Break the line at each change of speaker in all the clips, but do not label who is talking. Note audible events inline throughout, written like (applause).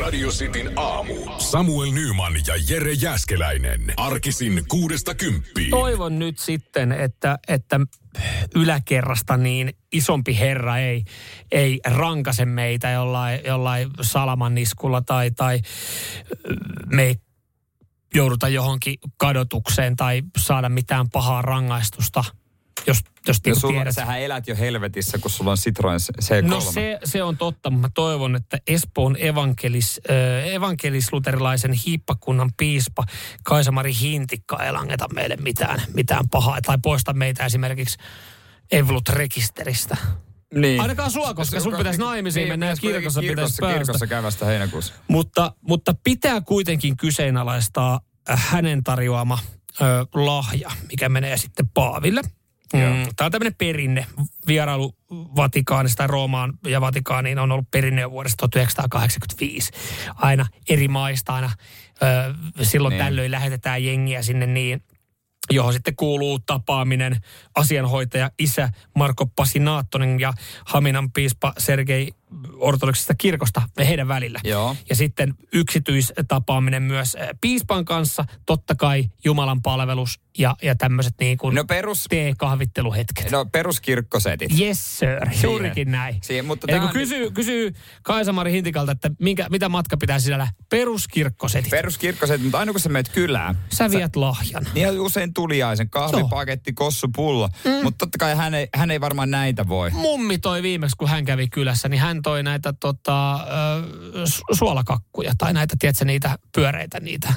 Radio Cityn aamu. Samuel Nyman ja Jere Jäskeläinen. Arkisin kuudesta kymppiin.
Toivon nyt sitten, että, että yläkerrasta niin isompi herra ei, ei rankase meitä jollain, jollain salamanniskulla tai, tai me ei jouduta johonkin kadotukseen tai saada mitään pahaa rangaistusta, jos, jos
Ja
niinku
sulla,
tiedät.
Niin sähän elät jo helvetissä, kun sulla on Citroen C3.
No se, se on totta, mutta mä toivon, että Espoon evankelis, äh, evankelisluterilaisen hiippakunnan piispa Kaisamari Hintikka ei langeta meille mitään, mitään pahaa tai poista meitä esimerkiksi Evlut-rekisteristä.
niin.
Ainakaan sua, koska sun
joka-
pitäisi naimisiin mennä ja
pitäisi kuitenkin
kirkossa pitäisi
Niin, kirkossa,
päästä.
kirkossa käyvästä heinäkuussa.
Mutta, mutta pitää kuitenkin kyseenalaistaa äh, hänen tarjoama ö, lahja, mikä menee sitten Paaville. Mm, Tämä on tämmöinen perinne. Vierailu Vatikaanista tai Roomaan ja Vatikaaniin on ollut perinne jo vuodesta 1985. Aina eri maista aina ö, silloin
Niin.
niin. tällöin lähetetään jengiä sinne niin johon sitten kuuluu tapaaminen asianhoitaja isä Marko Pasinaattonen ja Haminan piispa Sergei ortodoksista kirkosta heidän välillä.
Joo.
Ja sitten yksityistapaaminen myös eh, piispan kanssa, totta kai Jumalan palvelus ja, ja tämmöiset niin kuin
No perus,
teekahvitteluhetket.
no peruskirkkosetit.
Yes sir, juurikin näin.
Siihen, mutta
Eli
tää
kun
on-
kysyy, kysyy Kaisamari Hintikalta, että minkä, mitä matka pitää sisällä, peruskirkkosetit. Per-
Peruskirkkosetit, mutta aina kun sä menet kylään,
Sä viet lahjan.
niin on usein tuliaisen kahvipaketti, kossupullo. Mm. Mutta totta kai hän ei, hän ei varmaan näitä voi.
mummi toi viimeksi, kun hän kävi kylässä, niin hän toi näitä tota, ö, su- suolakakkuja tai näitä, tiedätkö, niitä pyöreitä niitä.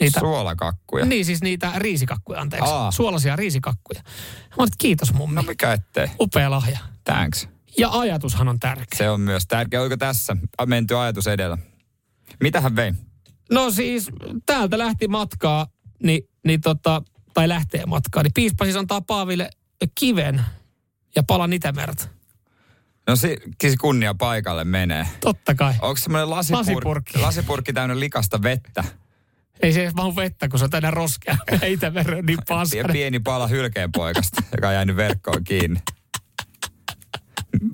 niitä
Suolakakkuja.
niin siis niitä riisikakkuja, anteeksi.
Aa.
Aa. Suolaisia riisikakkuja. Mä olet, kiitos mummi.
No mikä ettei.
Upea lahja.
Thanks.
Ja ajatushan on tärkeä.
Se on myös tärkeä. Oliko tässä menty ajatus edellä? Mitä hän vei?
No siis täältä lähti matkaa, niin, niin tota, tai lähtee matkaa, niin piispa siis antaa Paaville kiven ja palan Itämerta.
No si- siis kunnia paikalle menee.
Totta kai.
Onko semmoinen lasipurkki,
Lasipurkki.
lasipurkki täynnä likasta vettä?
Ei se edes mahu vettä, kun se on täynnä
(laughs)
roskea. Itämeri on niin
Ja
(laughs) paskana.
pieni pala hylkeenpoikasta, (laughs) joka on jäänyt verkkoon kiinni.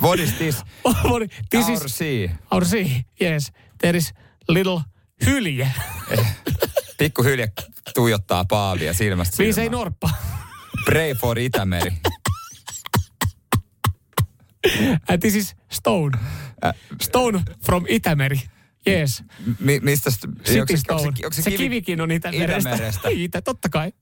What is this?
Moni- This
Our
is
sea.
our sea. Yes, siis- there is little hylje.
Pikku hylje tuijottaa paavia silmästä
Siis ei
silmään.
norppa.
Pray for Itämeri.
And Äh, this is stone.
Äh,
Stone from Itämeri. Yes.
Mi- mistä? st- onko
City
se- onko
stone.
se- onko
Se kivikin on Itämerestä.
Itämerestä.
(laughs) Itä, totta kai.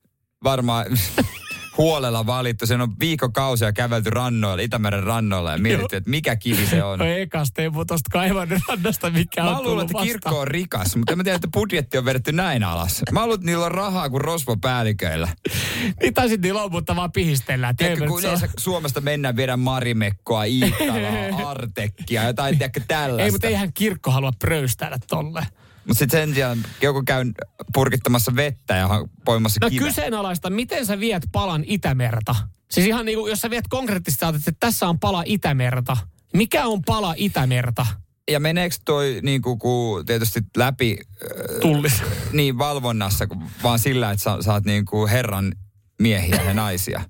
varmaan (laughs) huolella valittu. Sen on viikokausia kävelty rannoilla, Itämeren rannoilla ja mietitty, että mikä kivi se
(laughs)
on.
No ekas Teemu tosta kaivan rannasta, mikä
Mä
on
luulen,
tullut
että
vastaan.
kirkko on rikas, mutta en mä tiedä, että budjetti on vedetty näin alas. Mä luulen, että niillä on rahaa kuin rosvopäälliköillä.
Niin taisit niillä on, mutta vaan pihistellään.
Tiedätkö,
Teemu,
kun
se on-
yleensä Suomesta mennään viedä marimekkoa,
(laughs)
iittalaa, artekkia, jotain, tiedätkö, tällaista.
Ei, mutta eihän kirkko halua pröystäillä tolle.
Mut sit sen sijaan joku käy purkittamassa vettä ja ha- poimassa
No
kiveä.
kyseenalaista, miten sä viet palan Itämerta? Siis ihan niin kuin, jos sä viet konkreettisesti, että tässä on pala Itämerta. Mikä on pala Itämerta?
Ja meneekö toi niinku, ku, tietysti läpi äh,
Tullis.
niin valvonnassa, kun- vaan sillä, että sä, sä oot niinku herran miehiä ja naisia.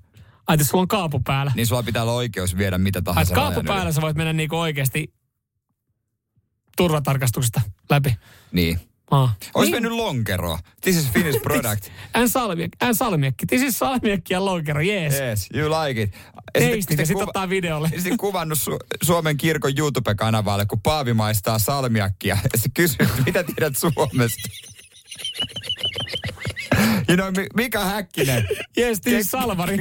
Ai, että sulla on kaapu päällä.
Niin sulla pitää olla oikeus viedä mitä
Ai,
tahansa.
että kaapu
rajan yli.
päällä sä voit mennä niin kuin oikeasti turvatarkastuksesta läpi.
Niin.
Aa.
Olisi
Niin.
mennyt lonkeroa. This is Finnish
(laughs)
product.
Än salmiekki, än salmiekki. This is salmiekki siis ja lonkero, jees.
yes, you like it. Ja
Teistin ja sit
kuva-
ottaa videolle.
ja (laughs) sitten kuvannut Su- Suomen kirkon YouTube-kanavalle, kun Paavi maistaa salmiakkia. Ja se kysyy, että mitä tiedät Suomesta? (laughs) You know, Mi- Mika
(laughs)
Häkkinen.
Jees, this is Niin, salvari.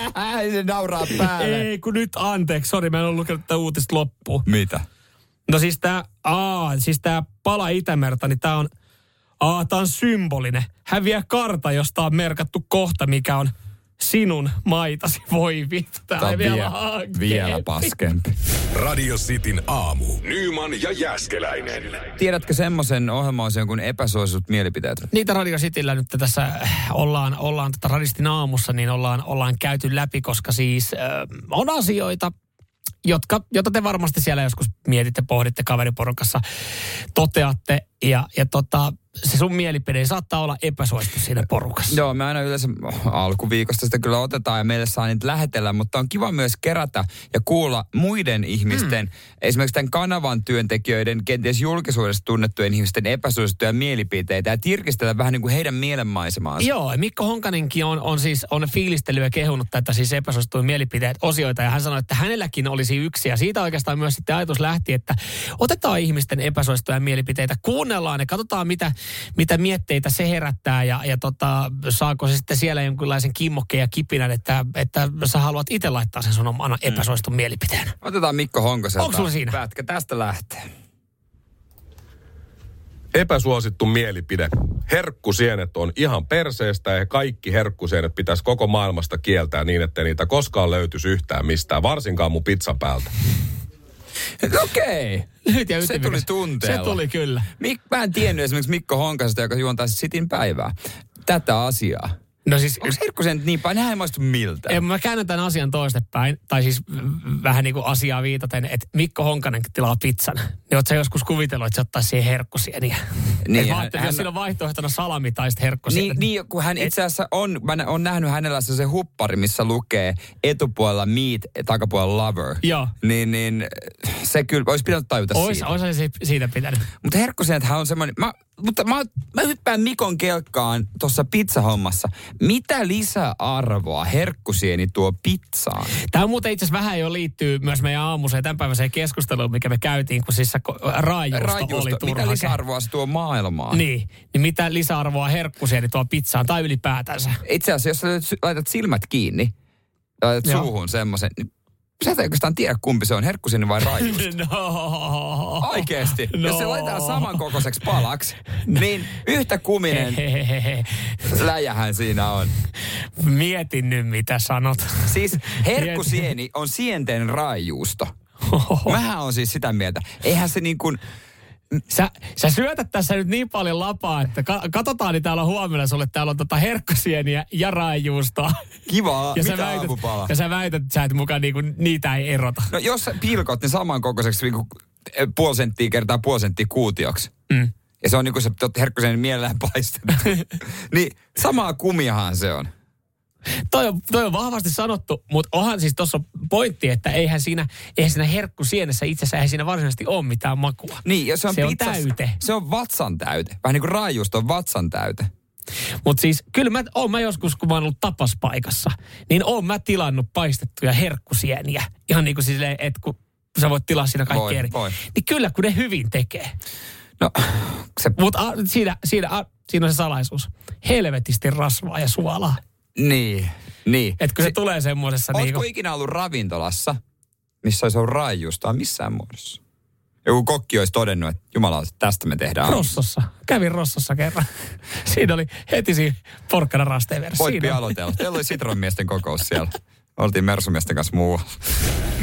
(laughs) se nauraa päälle.
Ei, kun nyt anteeksi, sori, mä en ole lukenut tätä uutista loppuun.
Mitä?
No siis tää, aa, siis tää pala Itämerta, niin tää on, aa, tää on symbolinen. Hän vie karta, josta on merkattu kohta, mikä on sinun maitasi. Voi vittu, tämä ei vielä
vie- vielä
hankkeempi.
paskempi.
Radio Cityn aamu. Nyman ja Jäskeläinen.
Tiedätkö semmoisen ohjelmaosion kuin epäsuositut mielipiteet?
Niitä Radio Cityllä nyt tässä äh, ollaan, ollaan tätä radistin aamussa, niin ollaan, ollaan käyty läpi, koska siis äh, on asioita, jotka, jota te varmasti siellä joskus mietitte, pohditte kaveriporukassa, toteatte. Ja, ja tota, se sun mielipide saattaa olla epäsuosittu siinä porukassa.
Joo, me aina yleensä alkuviikosta sitä kyllä otetaan ja meille saa niitä lähetellä, mutta on kiva myös kerätä ja kuulla muiden
Mm.
ihmisten, esimerkiksi tämän kanavan työntekijöiden, kenties julkisuudessa tunnettujen ihmisten epäsuosittuja mielipiteitä ja tirkistellä vähän niin kuin heidän mielenmaisemaansa.
Joo, ja Mikko Honkanenkin on, on siis on fiilistellyt ja kehunut tätä siis epäsuosituin mielipiteet osioita ja hän sanoi, että hänelläkin olisi yksi ja siitä oikeastaan myös sitten ajatus lähti, että otetaan ihmisten epäsuosittuja mielipiteitä, kuunnellaan ja katsotaan mitä, mitä mietteitä se herättää ja, ja tota, saako se sitten siellä jonkinlaisen kimmokkeen ja kipinän, että, että sä haluat itse laittaa sen sun omana
Mm.
epäsuositun mielipiteenä.
Otetaan Mikko Honkaselta.
Onks sulla siinä?
Pätkä tästä lähtee.
Epäsuosittu mielipide. Herkkusienet on ihan perseestä ja kaikki herkkusienet pitäisi koko maailmasta kieltää niin, ettei niitä koskaan löytyisi yhtään mistään, varsinkaan mun pizzan päältä.
Okei.
Lyhyt ja
Se
ytimekäs.
tuli tunteella.
Se tuli kyllä.
Mik, mä en tiennyt esimerkiksi Mikko Honkasesta, joka juontaa siis Sitin päivää, tätä asiaa.
No siis
Onko herkkusen nyt niin päin? Nehän ei maistu miltä.
En mä käännän tämän asian toistepäin, tai siis v- vähän niin kuin asiaa viitaten, että Mikko Honkanen tilaa pizzan. Niin oot sä joskus kuvitellut, että se ottaisi siihen herkkusieniä. Niin,
hän-
hän, hän,
hän-
jos sillä on vaihtoehtona salami tai sitten herkkusieniä.
Niin, niin, kun hän itse asiassa on, mä nä- oon nähnyt hänellä se huppari, missä lukee etupuolella meat, takapuolella lover.
Joo.
Niin, niin se kyllä, olisi pitänyt tajuta
Ois,
siitä.
ois se si- siitä pitänyt.
Mutta herkkusenethän on semmoinen, mä, mutta mä, mä hyppään Mikon kelkkaan tuossa pizzahommassa. Mitä lisäarvoa herkkusieni tuo pizzaan?
Tämä muuten itse asiassa vähän jo liittyy myös meidän aamuseen tämänpäiväiseen keskusteluun, mikä me käytiin, kun siis se ko- raajuusto, oli
Rajuusto,
turha.
mitä lisäarvoa se tuo maailmaan?
Niin, niin mitä lisäarvoa herkkusieni tuo pizzaan tai
(laughs)
ylipäätänsä?
Itse asiassa, jos sä laitat sy- laitat silmät kiinni, laitat
Joo.
suuhun semmoisen, niin sä et oikeastaan tiedä kumpi se on, herkkusieni vai
(laughs)
rajuusto.
No.
Oikeesti. No. Jos se laitetaan samankokoiseksi palaksi, niin yhtä kuminen
Hehehehe.
läjähän siinä on.
Mietin nyt, mitä sanot.
Siis herkkusieni on sienten raijuusto.
Oh.
Mähän on siis sitä mieltä. Eihän se niin kuin,
(laughs) Sä, sä syötät tässä nyt niin paljon lapaa, että ka- katsotaan, niin täällä on huomenna sulle, täällä on tota herkkosieniä ja raajuustoa.
kivaa,
Ja sä,
mitä
väität,
aamupala.
ja sä väität, että sä et mukaan niinku, niitä ei erota.
No jos sä pilkot ne samankokoiseksi niin kuin puoli senttiä kertaa puoli senttiä kuutioksi. Mm. Ja se on niin kuin se herkkusieni mielellään
(laughs)
paistettu. niin samaa kumiahan se on.
Toi on, toi on vahvasti sanottu, mutta onhan siis tuossa pointti, että eihän siinä, eihän siinä herkkusienessä itsessä, eihän siinä varsinaisesti ole mitään makua.
Niin, ja se on,
se on
pizzas-
täyte.
Se on vatsan täyte. Vähän niin kuin raajuusto on vatsan täyte.
Mutta siis kyllä mä, oon mä joskus, kun mä oon ollut tapaspaikassa, niin oon mä tilannut paistettuja herkkusieniä. Ihan niin kuin silleen, että kun sä voit tilaa siinä kaikki
Voi,
eri.
voi.
Niin kyllä, kun ne hyvin tekee.
No, se,
Mutta siinä, siinä, a, siinä on se salaisuus. Helvetisti rasvaa ja suolaa.
niin, niin.
Että kun se, se tulee semmoisessa niin
Ootko ikinä ollut ravintolassa, missä olisi ollut raijuustoa missään muodossa? Joku kokki olisi todennut, että jumala, tästä me tehdään.
Rossossa. Kävin Rossossa kerran. (laughs) siinä oli heti siinä porkkana rasteen verran.
Voit
Siinä on.
aloitella. Teillä oli Sitronmiesten kokous siellä. Oltiin Mersumiesten kanssa muualla.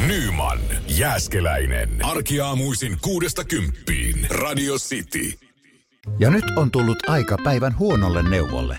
Nyman, Jääskeläinen. Arkiaamuisin kuudesta kymppiin. Radio City.
Ja nyt on tullut aika päivän huonolle neuvolle.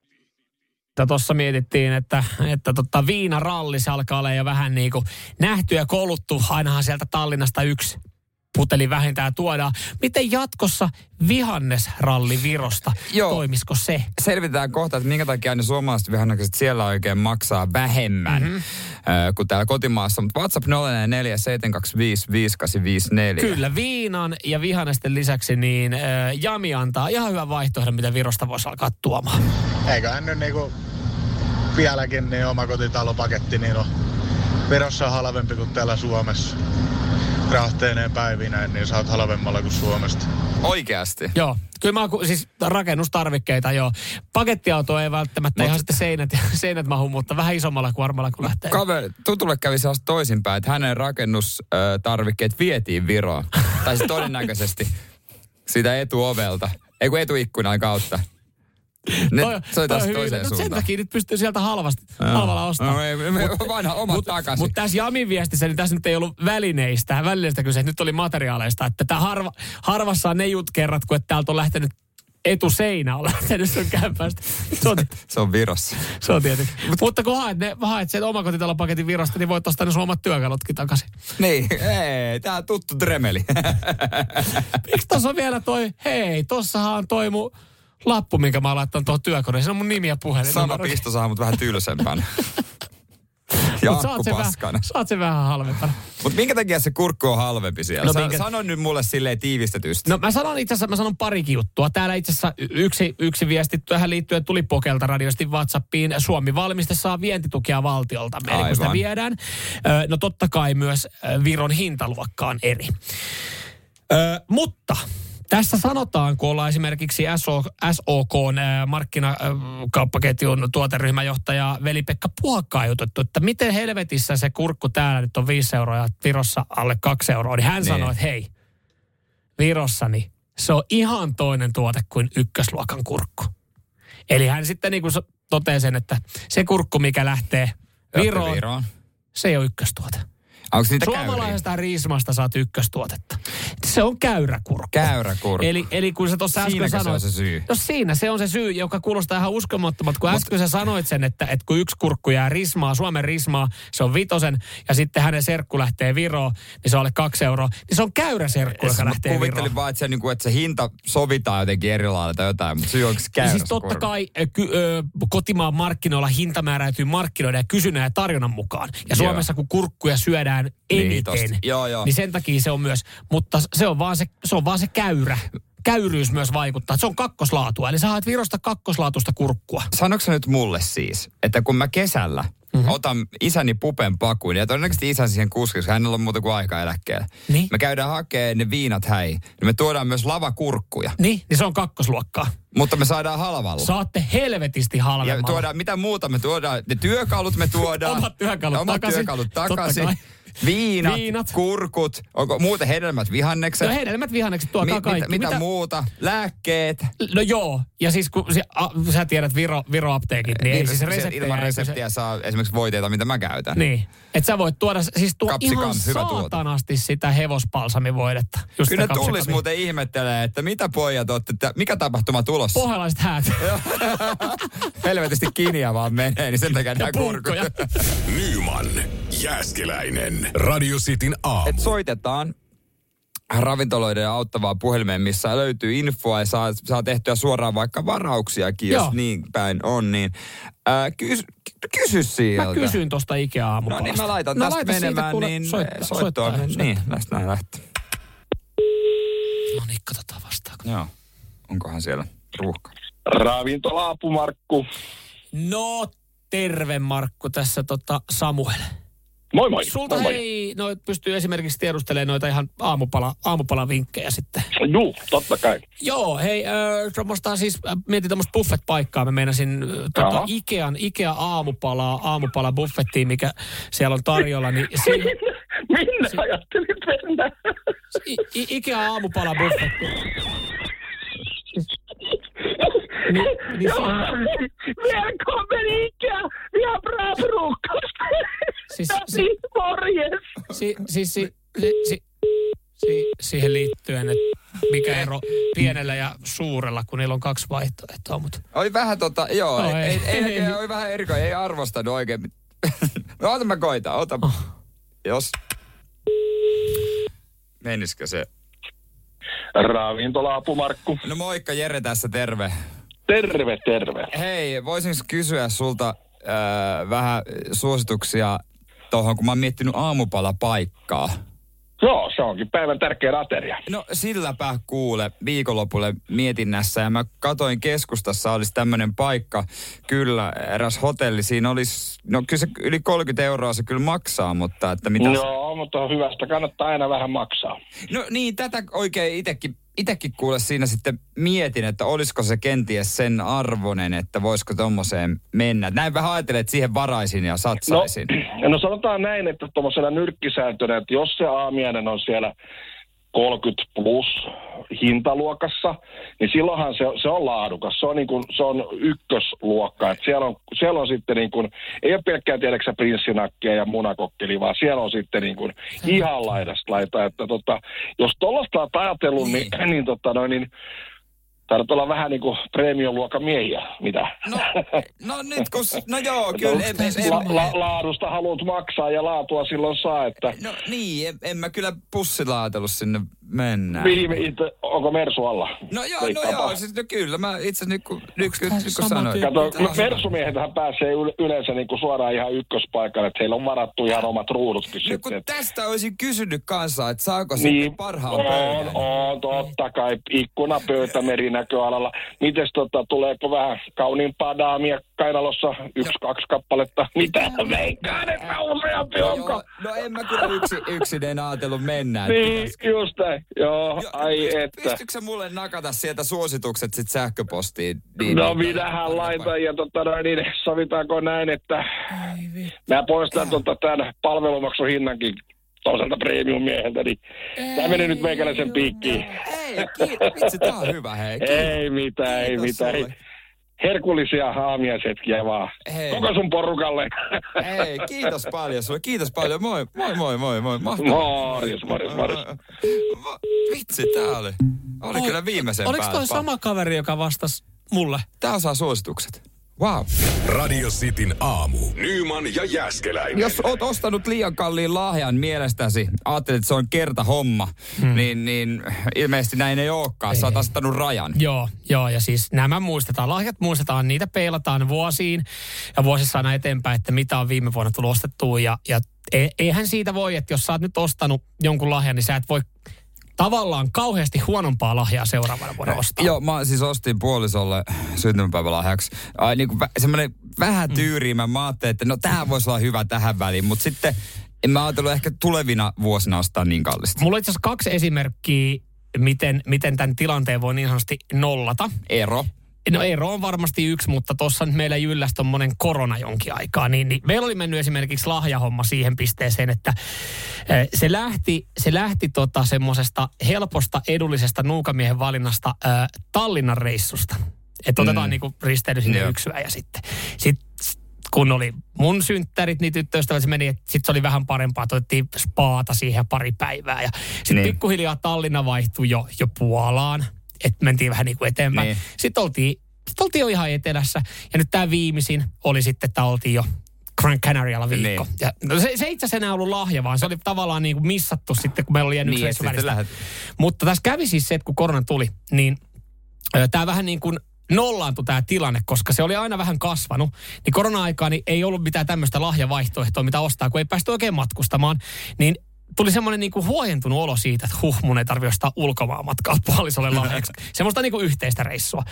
että tuossa mietittiin, että, että tota niinku viinaralli se alkaa olla jo vähän niin kuin nähty ja koluttu. Ainahan sieltä Tallinnasta yksi puteli vähintään tuodaan. Miten jatkossa vihannesralli Virosta,
Joo.
toimisiko se?
Selvitetään kohta, että minkä takia ne suomalaiset vihannekset siellä oikein maksaa vähemmän
Mhm.
mm-hmm. äh, kuin täällä kotimaassa. Mutta WhatsApp 044 725 5854.
Kyllä, viinan ja vihannesten lisäksi niin äh, Jami antaa ihan hyvän vaihtoehdon, mitä Virosta voisi alkaa tuomaan.
Eiköhän nyt niinku vieläkin niin omakotitalopaketti niin on Virossa halvempi kuin täällä Suomessa. Rahteineen päivineen, niin saat halvemmalla kuin Suomesta.
Oikeasti.
Joo, kyllä mä oon ku- siis rakennustarvikkeita, joo. Pakettiauto ei välttämättä
Mut-
ihan sitten seinät, seinät mahu, mutta vähän isommalla kuormalla kun lähtee.
Kaveri, tutulle kävi se taas toisinpäin, että hänen rakennustarvikkeet vietiin Viroon. tai siis todennäköisesti sitä etuovelta. Ei kun etuikkunan kautta. Ne,
Toi-
se
toi
oli taas
on hyvin-
toiseen
no
suuntaan.
Sen takia nyt pystyy sieltä halvasti, halvalla ostamaan.
No ei, me, me vanha omat mut, takaisin.
Mutta tässä Jamin viestissä, niin tässä nyt ei ollut välineistä, välineistä kyse, nyt oli materiaaleista. Että tää harva, harvassa on ne jut kerrat, kun että täältä on lähtenyt etuseinä on lähtenyt sun kämpästä. Se on,
se on Virossa.
se on tietenkin. Mutta kun haet, ne, haet sen omakotitalopaketin virasta, niin voit ostaa ne sun omat työkalutkin takaisin.
Niin, ei, tää on tuttu dremeli.
Miksi tuossa on vielä toi, hei, tossahan on toi mun lappu, minkä mä oon laittanut tuohon työkoneeseen. Se on mun nimi ja puhelin.
Sama pisto saa mut vähän tylsempän. Ja akku paskana.
Saat sen vähän halvempana.
Mut minkä takia se kurkku on halvempi siellä?
No
No,
minkä-
minkä... Sano nyt mulle silleen tiivistetysti.
No mä sanon itse asiassa, mä sanon parikin juttua. Täällä itse asiassa y- yksi, yksi viesti tähän liittyen tuli Pokelta radiosti WhatsAppiin. Suomi valmiste saa vientitukea valtiolta, eli kun sitä
Aivan.
viedään. Ö, No totta kai myös ö, Viron hintaluokka on eri. Ö, mutta tässä sanotaan, kun ollaan esimerkiksi SO, SOK markkinakauppaketjun tuoteryhmäjohtaja Veli-Pekka Puokkaa jutettu, että miten helvetissä se kurkku täällä nyt on 5 euroa ja Virossa alle 2 euroa, niin hän
Niin.
sanoi, että hei, Virossa niin se on ihan toinen tuote kuin ykkösluokan kurkku. Eli hän sitten niin kuin toteaa sen, että se kurkku, mikä lähtee Viroon,
Viroon.
se ei ole ykköstuote.
Onko niitä käyriä?
Suomalaisesta riismasta saat ykköstuotetta. Se on käyräkurkku.
Käyräkurkku.
Eli, eli kun sä tuossa äsken
Siinäkö se
sanoit...
on se syy?
No siinä se on se syy, joka kuulostaa ihan uskomattomalta. Kun äsken sä sanoit sen, että, että kun yksi kurkku jää rismaa, Suomen rismaa, se on vitosen, ja sitten hänen serkku lähtee Viroon, niin se on alle kaksi euroa. Niin se on käyräserkku, joka
Siis Mä
lähtee Viroon.
kuvittelin vaan, että se, niinku, että se hinta sovitaan jotenkin eri lailla tai jotain, mutta syy onko
Ja
käyrä.
siis totta kai ö, ky, ö, kotimaan markkinoilla hinta määräytyy markkinoiden ja kysynnän ja tarjonnan mukaan. Ja Suomessa kun kurkkuja syödään eniten,
Niin, tosta. Joo, joo.
niin sen takia se on myös, mutta se on vaan se, se, on vaan se käyrä. Käyryys myös vaikuttaa. Se on kakkoslaatua, eli sä haet virosta kakkoslaatusta kurkkua.
Sanoiko sä nyt mulle siis, että kun mä kesällä
Mhm.
mm-hmm. otan isäni pupen pakuin, ja todennäköisesti isän siihen kuskiksi, hänellä on muuta kuin aika eläkkeellä.
Niin.
Me käydään hakemaan ne viinat häi, niin me tuodaan myös lavakurkkuja,
Niin, niin se on kakkosluokkaa.
mutta me saadaan halvalla.
Saatte helvetisti halvemmalla.
Oh. ja tuodaan, mitä muuta me tuodaan, ne työkalut me tuodaan.
Omat työkalut
omat
takaisin.
työkalut
Totta
takaisin.
kai.
Viinat,
Viinat.
Viinat, kurkut, onko muuten hedelmät vihannekset?
No hedelmät vihannekset tuokaa
Mi-
kaikki.
mitä, mitä, muuta? Lääkkeet?
No joo, ja siis kun se, a, sä tiedät Viro, Viro-apteekit, niin, ei siis
se-
reseptejä.
Ilman
ei-
reseptiä saa esimerkiksi voiteita, mitä mä käytän.
Niin. Että sä voit tuoda, siis tuo
Kapsikam,
ihan
hyvä tuote.
saatanasti sitä hevospalsamivoidetta. Just sitä
Kyllä ne tullis
kapsikamin.
muuten ihmettelee, että mitä pojat olette, että mikä tapahtuma tulossa?
Pohjalaiset häät
(laughs) Helvetisti kiniä vaan menee, niin sen takia
ja
nämä kurkut.
punkkoja.
Nyman Jääskeläinen. Radio Cityn aamu.
(laughs) Et soitetaan ravintoloiden auttavaa puhelimeen, missä löytyy infoa ja saa, saa tehtyä suoraan vaikka varauksiakin, jos
Joo.
niin päin on, niin ää, kys, kysy sieltä.
Mä kysyin tosta
No
Ikea-aamupalasta.
niin, mä laitan no, tästä
laita siitä,
menemään,
kuule,
niin
soittaa,
soittaa, soittaa,
soittaa, soittaa.
Niin, tästä näin lähtee.
No niin, katsotaan vastaan.
Joo. Onkohan siellä ruuhka?
Ravintolaapu Markku.
No, terve Markku, tässä tota Samuel.
Moi moi.
Sulta hei, noit pystyy esimerkiksi tiedustelemaan noita ihan aamupala, aamupalavinkkejä sitten.
Juu, totta kai.
Joo, hei, äh, tuommoista siis, äh, mietin tuommoista buffet-paikkaa. Mä meinasin äh, tota
Jaha.
Ikean, Ikea aamupalaa, aamupala buffettiin, mikä siellä on
(laughs)
tarjolla. Niin si,
Minne ajattelit mennä?
I, I, Ikea aamupala buffetti. Ni, niin si,
Välkommen Ikea! Vi har bra frukost!
Siis-
Siis morjes!
si, siis si, si, si, si, siihen liittyen, että mikä ero pienellä ja suurella, kun niillä on kaksi vaihtoehtoa. Mutta
Oli vähän tota, joo,
No
ei,
ei.
ei, ei, ei, oli vähän erikoinen, ei arvostanut oikein. mit- (laughs) no ota mä koitan, ota. Jos. Menisikö se?
Ravintolaapu Markku.
No moikka Jere tässä, terve.
Terve, terve.
Hei, voisinko kysyä sulta äh, vähän suosituksia tuohon, kun mä oon miettinyt aamupalapaikkaa.
Joo, se onkin päivän tärkeä ateria.
No silläpä kuule viikonlopulle mietinnässä ja mä katoin keskustassa olisi tämmöinen paikka, kyllä eräs hotelli siinä olisi, no kyllä se yli 30 euroa se kyllä maksaa, mutta että mitä...
Joo, mutta on hyvästä. Kannattaa aina vähän maksaa.
No niin, tätä oikein itekin, itekin kuule siinä sitten mietin, että olisiko se kenties sen arvonen, että voisiko tommoseen mennä. Näin vähän ajattelin, että siihen varaisin ja
No,
satsaisin.
no sanotaan näin, että tuommoisena nyrkkisääntönä, että jos se aamiainen on siellä 30 plus hintaluokassa, niin silloinhan se, se on laadukas. Se on, niin kuin, se on ykkösluokka. Et siellä, on, siellä on sitten niin kuin, ei ole pelkkää tiedäksä prinssinakkia ja munakokkeli, vaan siellä on sitten niin kuin ihan laidasta laita. Että tota, jos tuollaista olet ajatellut, niin, niin, tota, noin, niin taidat olla vähän niin kuin premium-luokan miehiä, mitä?
No, no nyt kun... s- No joo, kyllä. En, en,
siis La, la,
en,
laadusta haluat maksaa ja laatua silloin saa, että...
no niin, en, en mä kyllä pussilla ajatellut sinne mennä.
Mihin me itse, onko Mersu alla?
No joo, no
Veikkaapa.
joo, siis no kyllä, mä itse nyt kun, nyt, kun,
tää se
nyt kun
sama
sanoin.
tyyppi?
Kato, no Mersumiehethän pääsee yle- yleensä niin kuin suoraan ihan ykköspaikalle, että heillä on varattu ihan omat ruudutkin
No
sitten.
kun
että-
tästä olisin kysynyt kanssa, että saako niin, sitten parhaan
on,
pöydän.
on, totta kai, ikkunapöytä merinäköalalla. Mites tota, tuleeko vähän kauniimpaa daamia kainalossa, yksi,
No.
kaksi kappaletta? Mitä veikkaan, että useampi
Joo,
onko?
no en mä kyllä yksi, yksin en ajatellut mennä. että
Niin,
pitäisikö.
just näin. Joo,
Jo,
ai
pyst-
että.
Pystytkö sä mulle nakata sieltä suositukset sit sähköpostiin?
No minähän laitan ja tota, noin, niin sovitaanko näin, että mä poistan tota, tämän palvelumaksun hinnankin toiselta premium-mieheltä, niin tämä menee nyt meikäläisen piikkiin.
Ei, kiitos. Vitsi, tää on hyvä, hei. Kiitos.
Ei mitään, ei
Kiitos
mitään.
sulle.
Herkullisia haamiaisetkiä vaan.
Hei.
Koko sun porukalle.
Ei, kiitos paljon sulle. Kiitos paljon. Moi, moi, moi, moi, moi. Mahtavaa.
Morjes, morjes, morjes.
Va- Vitsi, tää oli. Oli
Oi,
kyllä viimeisen
Oliko toi
päällä.
sama kaveri, joka vastasi mulle?
Tää saa suositukset. Wow.
Radio Cityn aamu. Nyman ja Jäskeläinen.
Jos oot ostanut liian kalliin lahjan mielestäsi, ajattelet, että se on kerta homma, hmm. niin, niin ilmeisesti näin ei olekaan. Sä oot asettanut rajan.
Joo, joo, ja siis nämä muistetaan, lahjat muistetaan, niitä peilataan vuosiin ja vuosissa aina eteenpäin, että mitä on viime vuonna tullut ostettua. Ja, ja e- eihän siitä voi, että jos sä oot nyt ostanut jonkun lahjan, niin sä et voi tavallaan kauheasti huonompaa lahjaa seuraavana vuonna ostaa.
Joo, mä siis ostin puolisolle syntymäpäivälahjaksi. Ai niin vä, semmoinen vähän tyyriimä. Mä ajattelin, että no tää voisi olla hyvä tähän väliin, mutta sitten en mä ajatellut ehkä tulevina vuosina ostaa niin kallista.
Mulla on itse asiassa kaksi esimerkkiä, miten, miten tämän tilanteen voi niin sanotusti nollata.
Ero.
No ero on varmasti yksi, mutta tuossa nyt meillä jylläsi tommonen korona jonkin aikaa. Niin, niin meillä oli mennyt esimerkiksi lahjahomma siihen pisteeseen, että eh, se lähti, se lähti tota semmoisesta helposta, edullisesta nuukamiehen valinnasta äh, Tallinnan reissusta. Että otetaan niinku risteily sinne
Mm. Joo.
yksyä ja sitten. Sitten kun oli mun synttärit, niin tyttöystävät se meni, että sitten se oli vähän parempaa, että otettiin spaata siihen pari päivää. Ja sitten
Niin.
pikkuhiljaa Tallinna vaihtui jo, jo Puolaan, että mentiin vähän niinku eteenpäin enemmän.
Niin.
Niin. Sitten oltiin, sit oltiin jo ihan etelässä. Ja nyt tämä viimeisin oli sitten, että oltiin jo Gran Canarialla viikko.
Niin.
Niin. Ja, no se, se ei itse asiassa enää ollut lahja, vaan se oli tavallaan niin kuin missattu sitten, kun meillä oli jäänyt
Niin, ja
niin,
sitten lähdet.
Mutta tässä kävi siis se, että kun korona tuli, niin tämä vähän niin kuin nollaantui tämä tilanne, koska se oli aina vähän kasvanut. Niin korona-aikaan niin ei ollut mitään tämmöistä lahjavaihtoehtoa, mitä ostaa, kun ei päästy oikein matkustamaan. Niin tuli semmoinen niin kuin huojentunut olo siitä, että huh, mun ei tarvi ostaa ulkomaan matkaa (laughs) puolisolle
(laughs)
lahjaksi. Semmoista niin kuin yhteistä reissua.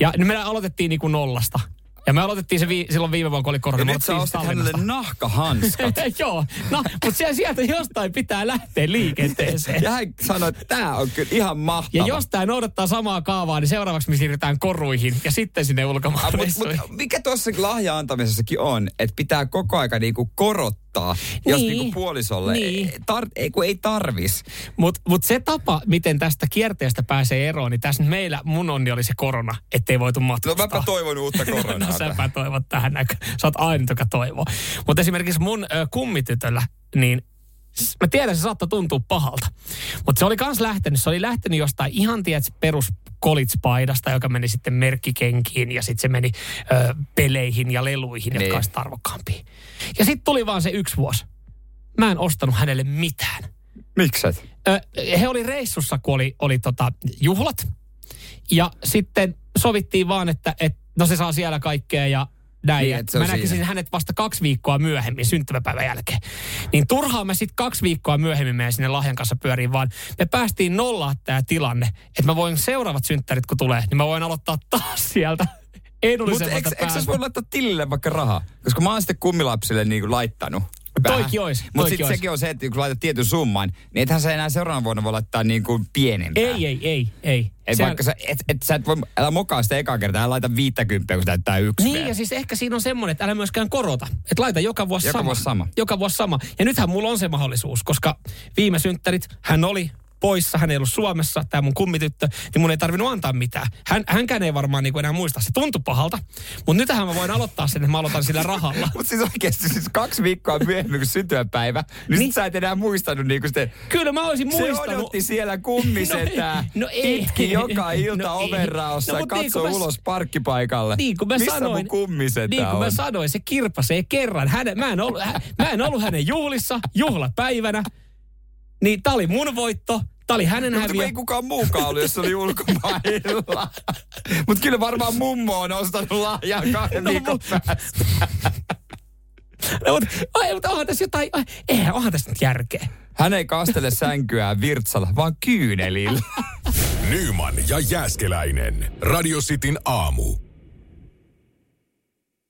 Ja nyt me aloitettiin niin kuin nollasta. Ja me aloitettiin se vii- silloin viime vuonna, kun oli korona.
Ja
me
nyt sä
aloitettiin
ostat hänelle
Tallinnasta. (laughs)
(laughs) nahkahanskat.
Joo, no, mutta siellä sieltä jostain pitää lähteä
(laughs)
liikenteeseen.
Ja hän sanoi, että tää on kyllä ihan
Ja
mahtava.
jos tämä noudattaa samaa kaavaa, niin seuraavaksi me siirrytään koruihin ja sitten sinne
Ah, mut,
ulkomaanreissuihin.
mut, mikä tuossa lahja antamisessakin on, että pitää koko aika niinku korottaa, jos
Niin.
niinku puolisolle
Niin.
ei, tar, ei, kun ei tarvis.
Mutta mut se tapa, miten tästä kierteestä pääsee eroon, niin tässä nyt meillä mun onni oli se korona, ettei voitu
No
matkustaa.
mäpä toivon uutta
(laughs)
koronaa.
no säpä toivot tähän näköön. Sä oot ainut, joka toivoo. Mutta esimerkiksi mun ö, kummitytöllä, niin s- mä tiedän, se saattoi tuntua pahalta. Mutta se oli kans lähtenyt, se oli lähtenyt jostain ihan tiedät perus kolitspaidasta, joka meni sitten merkkikenkiin ja sitten se meni ö, peleihin ja leluihin,
Niin.
jotka olisi arvokkaampia. Ja sitten tuli vaan se yksi vuosi. Mä en ostanut hänelle mitään.
Mikset?
Ö, he oli reissussa, kun oli, oli tota juhlat. Ja sitten sovittiin vaan, että et, no se saa siellä kaikkea ja näin.
Niin,
Ja
et se on
mä näkisin
siinä.
hänet vasta kaksi viikkoa myöhemmin, syntymäpäivän jälkeen. Niin turhaan me sitten kaksi viikkoa myöhemmin meidän sinne lahjan kanssa pyöriin, vaan me päästiin nollaa tämä tilanne. Että mä voin seuraavat synttärit, kun tulee, niin mä voin aloittaa taas sieltä (laughs)
Mutta
edullisemmalta
eikö eikö
päältä.
sä voi laittaa tilille vaikka rahaa? Koska mä oon sitten kummilapsille niinku laittanut.
Toikin ois,
Mutta
toikin
sitten
ois.
sekin on se, että kun laitat tietyn summan, niin ethän sä enää seuraavana vuonna voi laittaa niinku pienempää.
Ei, ei, ei, ei.
Et
Sehän-
vaikka sä, et, et sä et voi, älä mokaa sitä ekaa kertaa, älä laita 50, kun sä täyttää yksi
Niin,
vielä.
ja siis ehkä siinä on semmoinen, että älä myöskään korota. Että laita joka vuosi
Joka
sama.
vuosi sama.
Joka vuosi sama. Ja nythän mulla on se mahdollisuus, koska viime synttärit hän oli poissa, hän ei ollut Suomessa, tämä mun kummityttö, niin mun ei tarvinnut antaa mitään. Hän, hänkään ei varmaan niinku enää muista, se tuntui pahalta. Mutta nytähän mä voin aloittaa sen, että mä aloitan sillä
(laughs)
rahalla.
Mutta siis oikeasti siis kaksi viikkoa myöhemmin kuin syntymäpäivä, niin,
Niin.
sit sä et enää muistanut niinku sitten...
Kyllä mä olisin
Se
muistanut.
odotti siellä
(laughs)
kummisetää,
No
no,
ei. No ei.
itki joka ilta
No ei.
overraossa,
No
no,
mut niin
katsoi
kuin mä s-
ulos parkkipaikalle.
Niin kuin mä
Missä
sanoin.
mun kummisetä
Niin kuin
on?
mä sanoin, se kirpasee kerran. Häne, mä, en ollut, hä, mä en ollut hänen juhlissa, juhlapäivänä. Niin tää oli mun voitto, tää oli hänen
No, mutta kun
häviö.
ei kukaan muukaan ollut, jos
(laughs)
se oli ulkomailla. Mutta kyllä varmaan mummo on ostanut lahjaa kahden
No,
viikon
mu-
päästä.
No, mutta, ai, mutta onhan tässä jotain, ai, eihän onhan tässä nyt järkeä.
Hän ei kastele sänkyään virtsalla, vaan
(laughs)
kyynelillä.
Nyman ja Jääskeläinen. Radio Cityn aamu.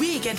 Weekend